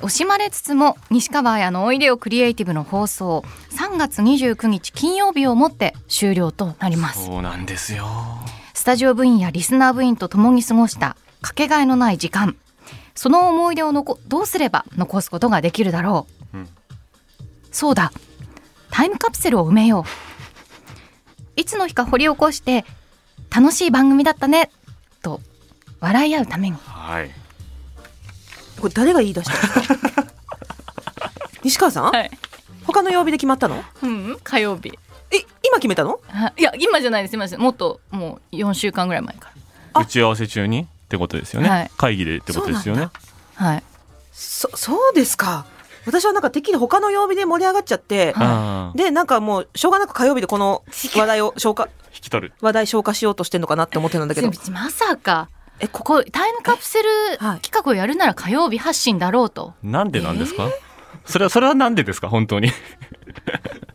惜しまれつつも西川彩のおいでよクリエイティブの放送3月29日金曜日をもって終了となりますそうなんですよスタジオ部員やリスナー部員と共に過ごしたかけがえのない時間その思い出をのこどうすれば残すことができるだろう、うんそうだタイムカプセルを埋めよういつの日か掘り起こして楽しい番組だったねと笑い合うためにはいこれ誰が言い出したんですか西川さん、はい他の曜日で決まったのうん火曜日え今決めたのはいや今じゃないです今じゃないもっともう4週間ぐらい前かあ打ち合わせ中にってことですよね、はい会議でってことですよねらはいそそうですか私はなんかてっきり他の曜日で盛り上がっちゃっはいてああでなんかもうしょうがなく火曜日でこの話題を消化引き取る話題消化しようとしてんのかなって思ってたんだけどまさかえこここタイムカプセルはい企画をやるなら火曜日発信だろうとなんでなんですか、それはそれはなんでですか本当に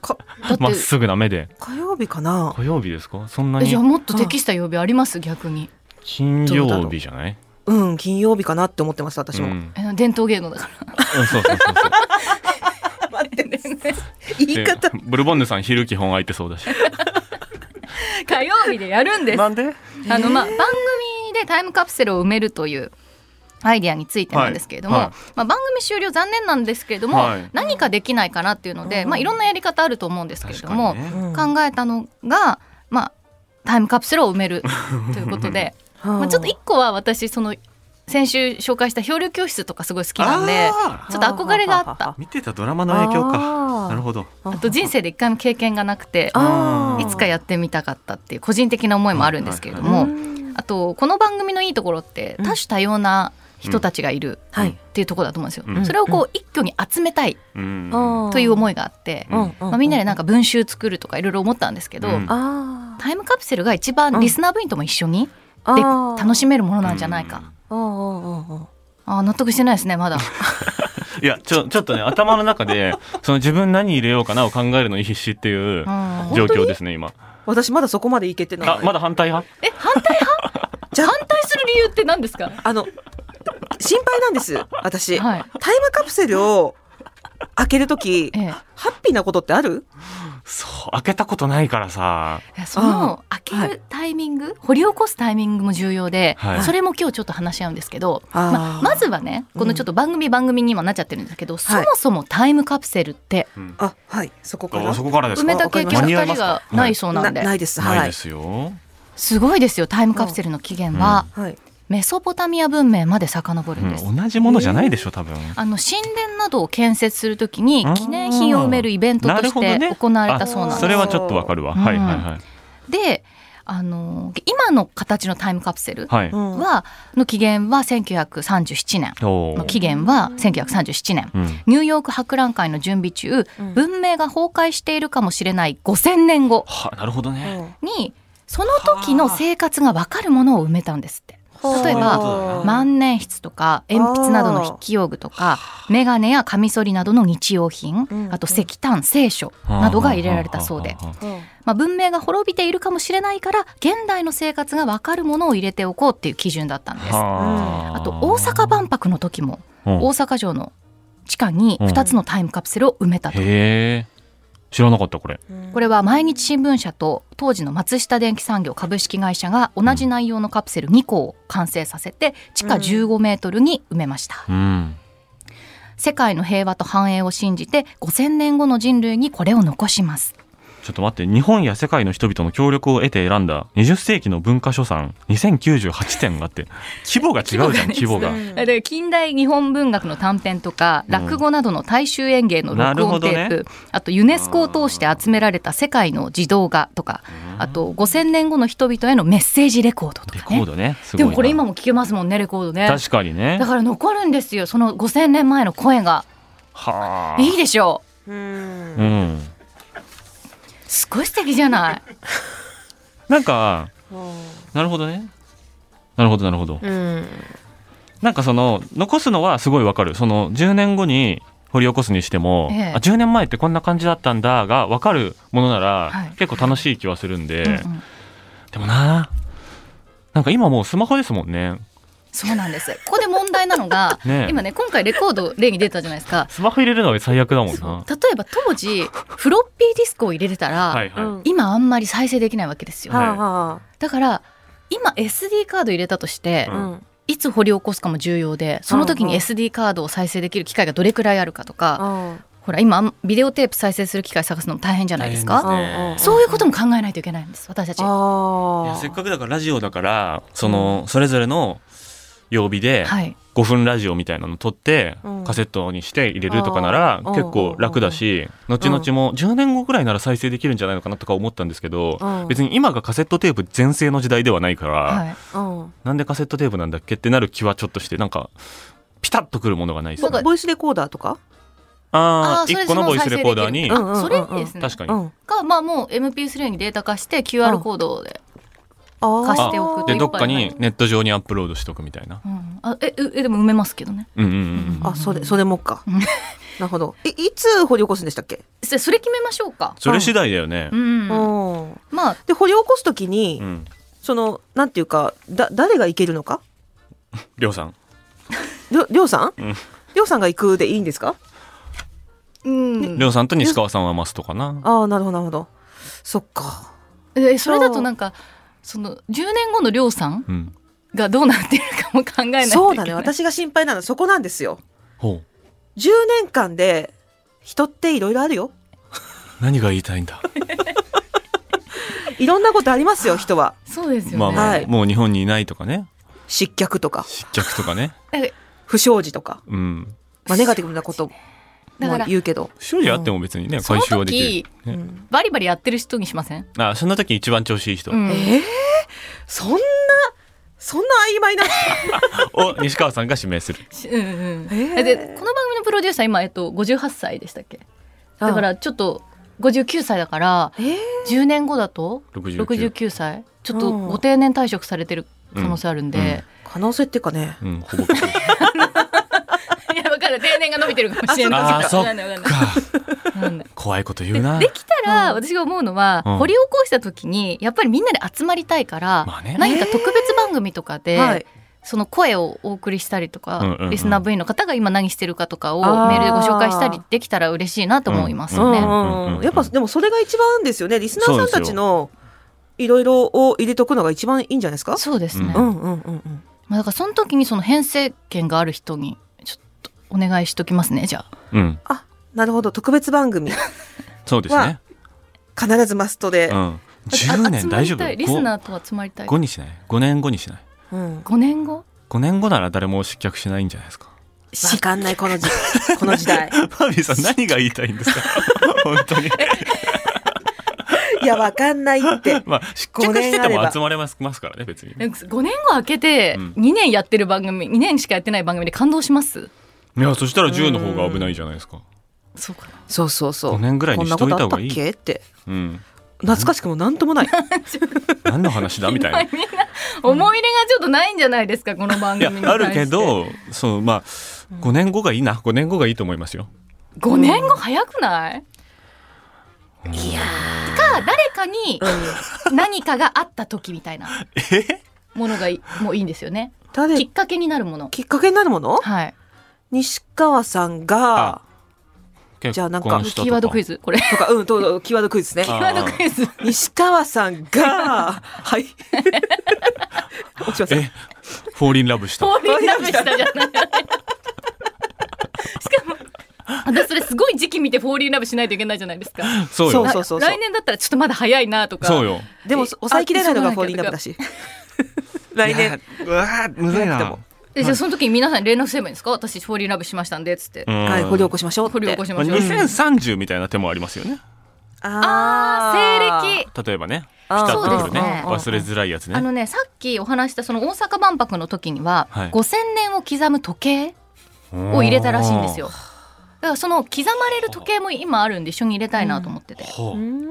かだってまっすぐな目で火曜日かな火曜日ですかそんなえじゃあにもっと適した曜日あります逆に金曜日じゃないうん金曜日かなって思ってました私も、うんえ伝統芸能だかうんそうそうそう そう 待ってねら言い方でブルボンヌさん昼基本空いてそうだし 火曜日でやるんですなんであのまあ番組でタイムカプセルを埋めるというアイディアについてなんですけれども、はいはいまあ、番組終了残念なんですけれども、はい何かできないかなっていうので、うんまあ、いろんなやり方あると思うんですけれど確かも、にねうん考えたのが、まあ、タイムカプセルを埋め るということでまあちょっと一個は私その先週紹介した漂流教室とかすごい好きなんであーちょっと憧れがあった見てたドラマの影響あーかなるほどああと人生で一回も経験がなくてあーいつかやってみたかったっていう個人的な思いもあるんですけれども、うんあとこの番組のいいところってうん多種多様な人たちがいるはういん、っていうところだと思うんですよ。うんそれをこう一挙に集めたいうんという思いがあって、うんまあ、みんなでなんか文集作るとかいろいろ思ったんですけど、うんあタイムカプセルが一番リスナー部員とも一緒にあで楽しみめるものなんじゃないか。あー納得してないですねまだ。いやちょちょっとね頭の中でその自分何入れようかなを考えるのに必死っていうんう状況ですね今私まだそこまでいけてないあまだ反対派え反対派？じゃあ反対する理由って何ですか？あの心配なんです私、はい。タイムカプセルを開けるときええハッピーなことってあるそう開けたことないからさいやその開けはるタイミング、掘り起こすタイミングも重要で、はいそれも今日ちょっと話し合うんですけどあまーまずはねこのちょっと番組、番組にもなっちゃってるんですけど、そはいもそもタイムカプセルってうんあはいそこかあらそこからです埋かめた経験間に合2いま人すかがないそうなんでなないですないはでい、すよすごいですよタイムカプセルの起源は、はい、メソポタミア文明まで遡るんです。うん同じものじゃないでしょ多分あの神殿などを建設するときにあー記念品を埋めるイベントとなるしほどてね行われたそうなんです。それはちょっとわかるわうんはいはいはいであの今の形のタイムカプセルは、はいうんの起源は1937年おのー起源は1937年うんニューヨーク博覧会の準備中うん文明が崩壊しているかもしれない5000年後はなるほどねにその時の生活が分かるものを埋めたんですって。うん例えばそういうことだな万年筆とか鉛筆などの筆記用具とかメガネやカミソリなどの日用品うんあと石炭聖書などが入れられたそうではあはあはあはあうんまあ、文明が滅びているかもしれないから現代の生活が分かるものを入れておこうっていう基準だったんです。あはと大阪万博の時もうん大阪城の地下に2つのタイムカプセルを埋めたと。へえ知らなかったこれこれは毎日新聞社と当時の松下電器産業株式会社が同じ内容のカプセル2個を完成させて地下15メートルに埋めました。うん世界の平和と繁栄を信じて5000年後の人類にこれを残します。ちょっと待って日本や世界の人々の協力を得て選んだ20世紀の文化書産2098点があって規模が違うじゃん規規模模がだから近代日本文学の短編とかうん落語などの大衆演芸の録音テなーるほプ、あとユネスコを通して集められた世界の児童画とかあと5000年後の人々へのメッセージレコードとレかコねードねすごでいなもこれ今も聞けますもんねレコードね確かにねだから残るんですよその5000年前の声がはあいいでしょううんうんすごい素敵じゃないなんかなるほどねなるほどなるほどうんなんかその残すのはすごいわかるその10年後に掘り起こすにしても、ええあ10年前ってこんな感じだったんだがわかるものなら、はい結構楽しい気はするんで、うんうんでもななんか今もうスマホですもんねそうなんですここで問題なのがねえ今ね今回レコード例に出たじゃないですかスマホ入れるのが最悪だもんな例えば当時フロッピーディスクを入れてたら、はいはい、うん今あんまり再生できないわけですよ、はあはだから今 SD カード入れたとして、うあ、んうん、いつ掘り起こすかも重要でその時うんにうん SD カードを再生できる機会がどれくらいあるかとか、あほら今あんビデオテープ再生する機会探すのも大変じゃないです大変かねですそういうことも考えないといけないんです私たち。はうんいやあせっかくだからラジオだからそのそれぞれの曜日でい、 5分ラジオみたいなの撮ってうんカセットにして入れるとかならあー結構楽だし後々も10年後ぐらいなら再生できるんじゃないのかなとか思ったんですけどうん別に今がカセットテープ全盛の時代ではないからはい、うんなんでカセットテープなんだっけってなる気はちょっとしてなんかピタッとくるものがないです僕ねは。ボイスレコーダーとか、ああーそれ1個のボイスレコーダーにそうんの再生できるあそれいいですね。確かうに。ん、がまあもう MP3 にデータ化して QR コードで、あ貸しておくでとどっかにネット上にアップロードしとくみたいな。うんあえうえでも埋めますけどね。うんうんうんうん。あそれそれもかうん なるほどいいつ掘り起こすんでしたっけ、じゃあそれ決めましょうか。それ次第だよねう。ん、うん、まあで掘り起こすときに、うん。そのなんていうかだ誰が行けるのかりょうさん。りょりょうさん、うんりょうさんが行くでいいんですかうんりょうさんと西川さんはマストかな。ああなるほどなるほどそっかえそれだとなんかその10年後のりょうさんうん。がどうなってるかも考えないといけない。そ うだね私が心配なのはそこなんですよほう。 10年間で人っていろいろあるよ何が言いたいんだ。いろんなことありますよ人はそうですよね。まあまはあいもう日本にいないとかね。失脚とか失脚とかね。だから不祥事とか、うん。まあ、ネガティブなことだかもら言うけど、不祥事あっても別にねその回収はでき時る。うねんバリバリやってる人にしません。あその時一番調子いい人う。ん、えー、そんなそんな曖昧なを西川さんが指名する。しうんうん。えーえでこの番組のプロデューサー今えっと58歳でしたっけ。だからちょっと59歳だからえー10年後だと六十九。 69歳ちょっとうんご定年退職されてる可能性あるんで、うんうん可能性っていうかねうんほぼ。か。いや分かる定年が伸びてるかもしれないあそっかわかんないわかんないわかんない怖いこと言うなで。きたら私が思うのは、うん掘り起こした時にやっぱりみんなで集まりたいから、まあね。何か特別番組とかで、はいその声をお送りしたりとか、うんうんうんリスナー部員の方が今何してるかとかをあーメールでご紹介したりできたら嬉しいなと思いますよね。うんうんやっぱでもそれが一番ですよねリスナーさんたちのいろいろを入れとくのが一番いいんじゃないですかそうですね、ううんうんうんうんまあ、だからその時にその編成権がある人にちょっとお願いしときますねじゃあ。うん。あなるほど特別番組そうですね。必ずマストでう、ん。10年あ大集丈まりたい夫。リスナーと集まりたい5にしない5年後にしないうん、 5年後5年後なら誰も失脚しないんじゃないです かわかんないこの時この時代ファビーさん何が言いたいんで すか本当に いやわかんないってまあ失脚してて五年あれもば集まれますますからね別にね5年後開けてうん2年やってる番組2年しかやってない番組で感動しますいやそしたら10の方が危ないじゃないですかそうかなそうそうそう五年ぐらいにしといた方がいいこんなことあったっけってうん懐かしくもなんともない何の話だ みたいないみんな思い入れがちょっとないんじゃないですかこの番や組に対してあるけどそうまあ5年後がいいな5年後がいいと思いますよ5年後早くないいやか誰かに何かがあった時みたいなえものがいもういいんですよねき誰っかけになるものきっかけになるものはい西川さんがじゃあなんか結婚したとキーワードクイズこれとかうんととキーワードクイズですキねーワードク イズ西川さんがはい落ちませんえフォーリンラブしたフォーリンラブしたじゃない。しかも。私それすごい時期見てフォーリンラブしないといけないじゃないですか。そうそようそう来年だったらちょっとまだ早いなとか。そうよでもえ抑えきれないのあがそうフォーリンラブだし 来いや年うわーむずいなくてなもでじゃあその時に皆さんに連絡すればいいんですか。私フォーリンラブしましたんでっつって。うんはい掘り起こしましょうって掘り起こしまあましょう。 2030みたいな手もありますよねああ西暦。例えばねピタあーッとくそうるですねね忘れづらいやつあねのねさっきお話したその大阪万博の時には、はい5000年を刻む時計をを入れたらしいんですよ。だからその刻まれる時計も今あるんで一緒に入れたいなと思ってて、はうあん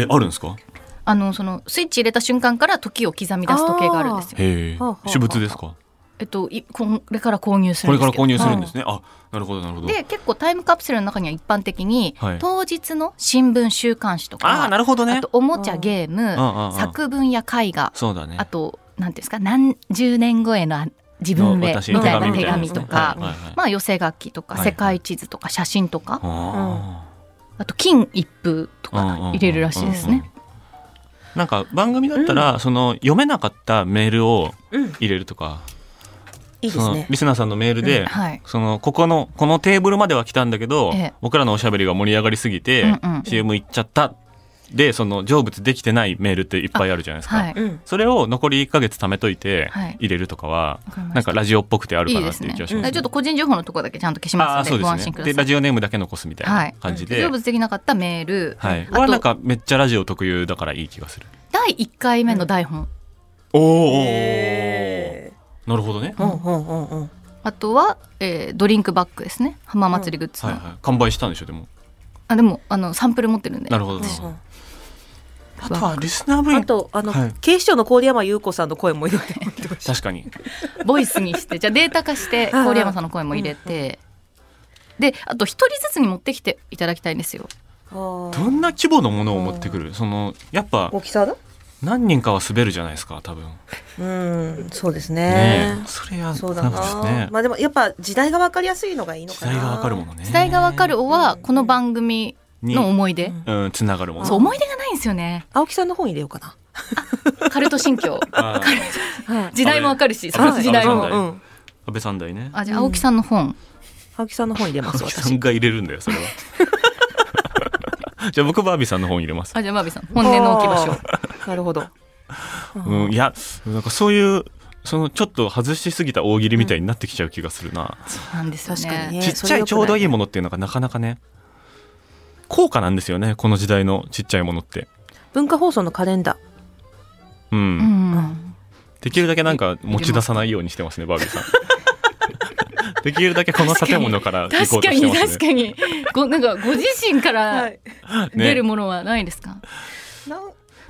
えあるんですかあのそのスイッチ入れた瞬間から時を刻み出す時計があるんですよ。へえはあはあ私物ですかえっと、いこれから購入すこるんれでかすらけ購ど入するんですねあなるほどなるほどで結構タイムカプセルの中には一般的に、はい当日の新聞週刊誌とかあーなるほどねあとおもちゃゲーム、うんうんうん作文や絵画そうだねあと何ていうんですか何十年後へのあ自分のへ私みたいのな手手紙紙みたいなとねか、はいはいはいまあ寄せ書きとかはいはい世界地図とか写真とか、ああと金一封とーうんうんうんか入れるらしいですね。うんなんか番組だったらその読めなかったメールをうん、い入れるとか、いでそすのね。リスナーさんのメールで、はい。そのここのこのテーブルまでは来たんだけど、ええ僕らのおしゃべりが盛り上がりすぎて、うんうん CM 行っちゃったでその成仏できてないメールっていっぱいあるじゃないですか、はい。うん、それを残り1か月貯めといてはい入れるとかは、わかりましたなんかラジオっぽくてあるいかいなでっすていうね。気うがしんますちょっと個人情報のとこだけちゃんと消しああますそのでうごです安心ねくださでい。ラジオネームだけ残すみたいな感じで、成はい仏できなかったメール、はい、これはなあんとかめっちゃラジオ特有だからいい気がする第一回目の台本、おおえなるほどね、ーうんうんうんうん。あとは、えードリンクバッグですね浜祭りグッズの、はいはい、完売したんでしょでもあでもあのサンプル持ってるんでなるほど、うんあとはリスナー部うんあ員とあの、はい警視庁の郡山優子さんの声も入れて入ってほしい確かにボイスにしてじゃあデータ化してああ郡山さんの声も入れてであと一人ずつに持ってきていただきたいんですよあーどんな規模のものを持ってくるそのやっぱ大きさだ。何人かは滑るじゃないですか多分ねうん、そうですえね。それはそうだななんかねまあでもやっぱ時代がわかりやすいのがいいの時かな。代がわかるものね「時代がわかる」はこの番組の思い出にうんつながるものそう思い出がないんですよね青木さんの本入れようかな。カルト新 教あーはい。時代もわかるしあそのれ時代あれもなんだうよん。安倍三代ねあじゃあ青木さんの本青木さんの本入れます青木さ私。んが入れるんだよそれは じゃあ僕バービーさんの本入れますあじゃあマービーさん本音の置き場所所。なるほど。うんいやなんかそういうそのちょっと外しすぎた大喜利みたいになってきちゃう気がするななんですよね確かにねちっちゃいちょうどいいものっていうのがなかなかね高価なんですよねこの時代のちっちゃいものって文化放送のカレンダううんんできるだけなんか持ち出さないようにしてますねバービーさんできるだけこの建物から行こ確うとかしてにます確ねかにごなんかご自身かー。らい。出るねものはないですかなん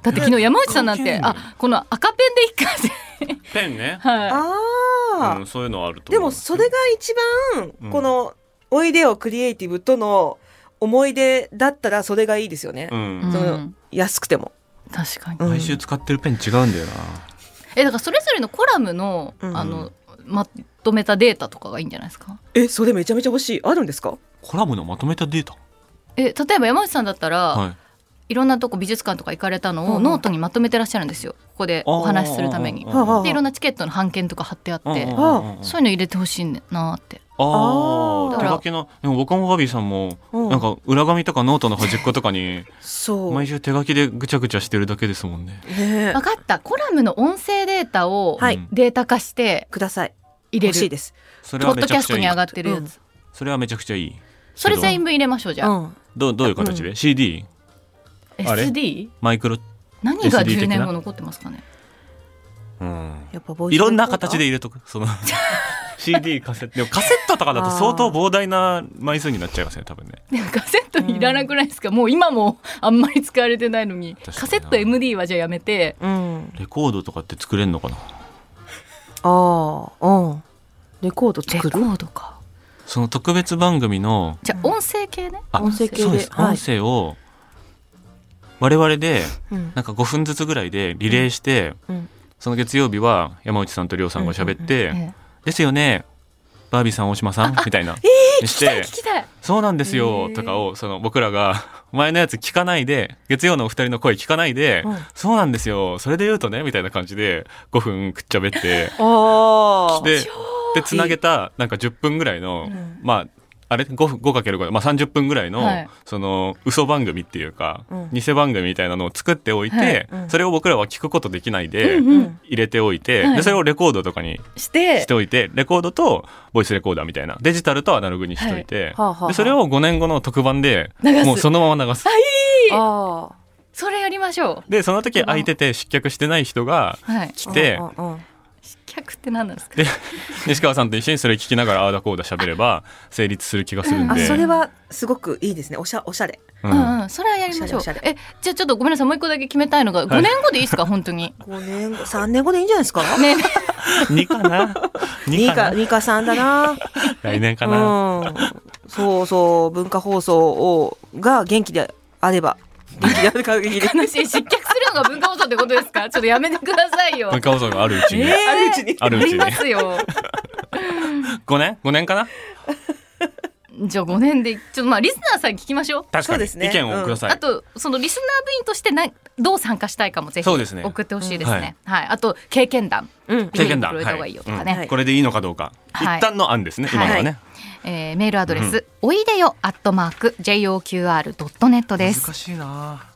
だって昨日山内さんなんて関係ないあこの赤ペンで一回でペンね、はいああう。ん、そういうのはあるとで思うもそれが一う番んこの「おいでよクリエイティブ」との思い出だったらそれがいいですよね、うん、うんその安くても、確かに、うん毎週使ってるペン違うんだよなえだからそれぞれのコラムの,、うんあのまとめたデータとかがいいんじゃないですかえそれめちゃめちゃ欲しいあるんですかコラムのまとめたデータえ例えば山内さんだったら、い、はいろんなとこ美術館とか行かれたのうをんノートにまとめてらっしゃるんですよここでお話しするためにあーあーあーでいろんなチケットの版権とか貼ってあっうんうんうてんうんそういうの入れてほしいなってあああー手書きのでも僕もバービーさんもうんなんか裏紙とかノートの端っことかにそう毎ね週手書きでぐちゃぐちゃしてるだけですもんねえ分かったコラムの音声データをはいうんデータ化してください入れ欲る、しいですそれポはッめドちキャゃスくトちゃいにい上がってるやつ、うんそれはめちゃくちゃいいそれけど全部入れましょうじゃあ、うんどうどういう形で、う CD あれ SD? マイクロ何が SD 的な10年後残ってますかねうんやっぱボイスいろんな形でレ入れとくそ の CD カセットでもカセットとかだと相当膨大な枚数になっちゃいますね多分ねでもカセットにいらなくないですか、もう今もあんまり使われてないのに確かになカセット MD はじゃあやめてコーダーうんレコードとかって作れるのかなああうんレコード作るドかその特別番組のじゃあ音声系ね、あ音声系でそうです、はい音声を我々でうんなんか5分ずつぐらいでリレーして、うんその月曜日は山内さんと亮さんが喋って、ええですよねバービーさん大島さんみたいな、にし聞てきたいそうなんですへよーとかをその僕らが前のやつ聞かないで月曜のお二人の声聞かないで、うんそうなんですよそれで言うとねみたいな感じで5分くっちゃべってああででつなげたなんか10分ぐらいの、うんまああれ 5, 5かける5、まあ、30分ぐらいの、はいその嘘番組っていうか、うん偽番組みたいなのを作っておいて、はいうんそれを僕らは聞くことできないで、うんうん入れておいて、はいでそれをレコードとかにしてしておいてレコードとボイスレコーダーみたいなデジタルとアナログにしておいて、いはあはあはあでそれを5年後の特番で流すもうそのまま流す。ああそれやりましょうでその時空いてて失脚してない人がはい来てうんうんうん失脚って何なんですかで西川さんと一緒にそれ聞きながらああだこうだ喋れば成立する気がするんあで。それはすごくいいですねおしゃおしゃれううんんうん、それはやりましょうおしゃれおしゃえじゃあちょっとごめんなさいもう一個だけ決めたいのが5年後でいいですか、本当に五年後三年後でいいんじゃないですかね2かな二2かかな二か三だな来年かな、うん、そうそう文化放送をが元気であれば元気である限り悲しい失脚するのが文化放送ってことですかちょっとやめてくださいよ文化放送があるうちに、えーあるうちにあるうあちりにますよ5年5年かなじゃあ5年でちょっとまあリスナーさんに聞きましょう確そかうに、ですね意見をください、あとそのリスナー部員としてなどう参加したいかもぜひそうですね送ってほしいですねはいはい、あと経験談うん経験ビ談ビるのがいいよとかねうんこれでいいのかどうか、はい一旦の案ですね今のはね、えーメールアドレス、おいでよアットマーク JOQR.net ですしいな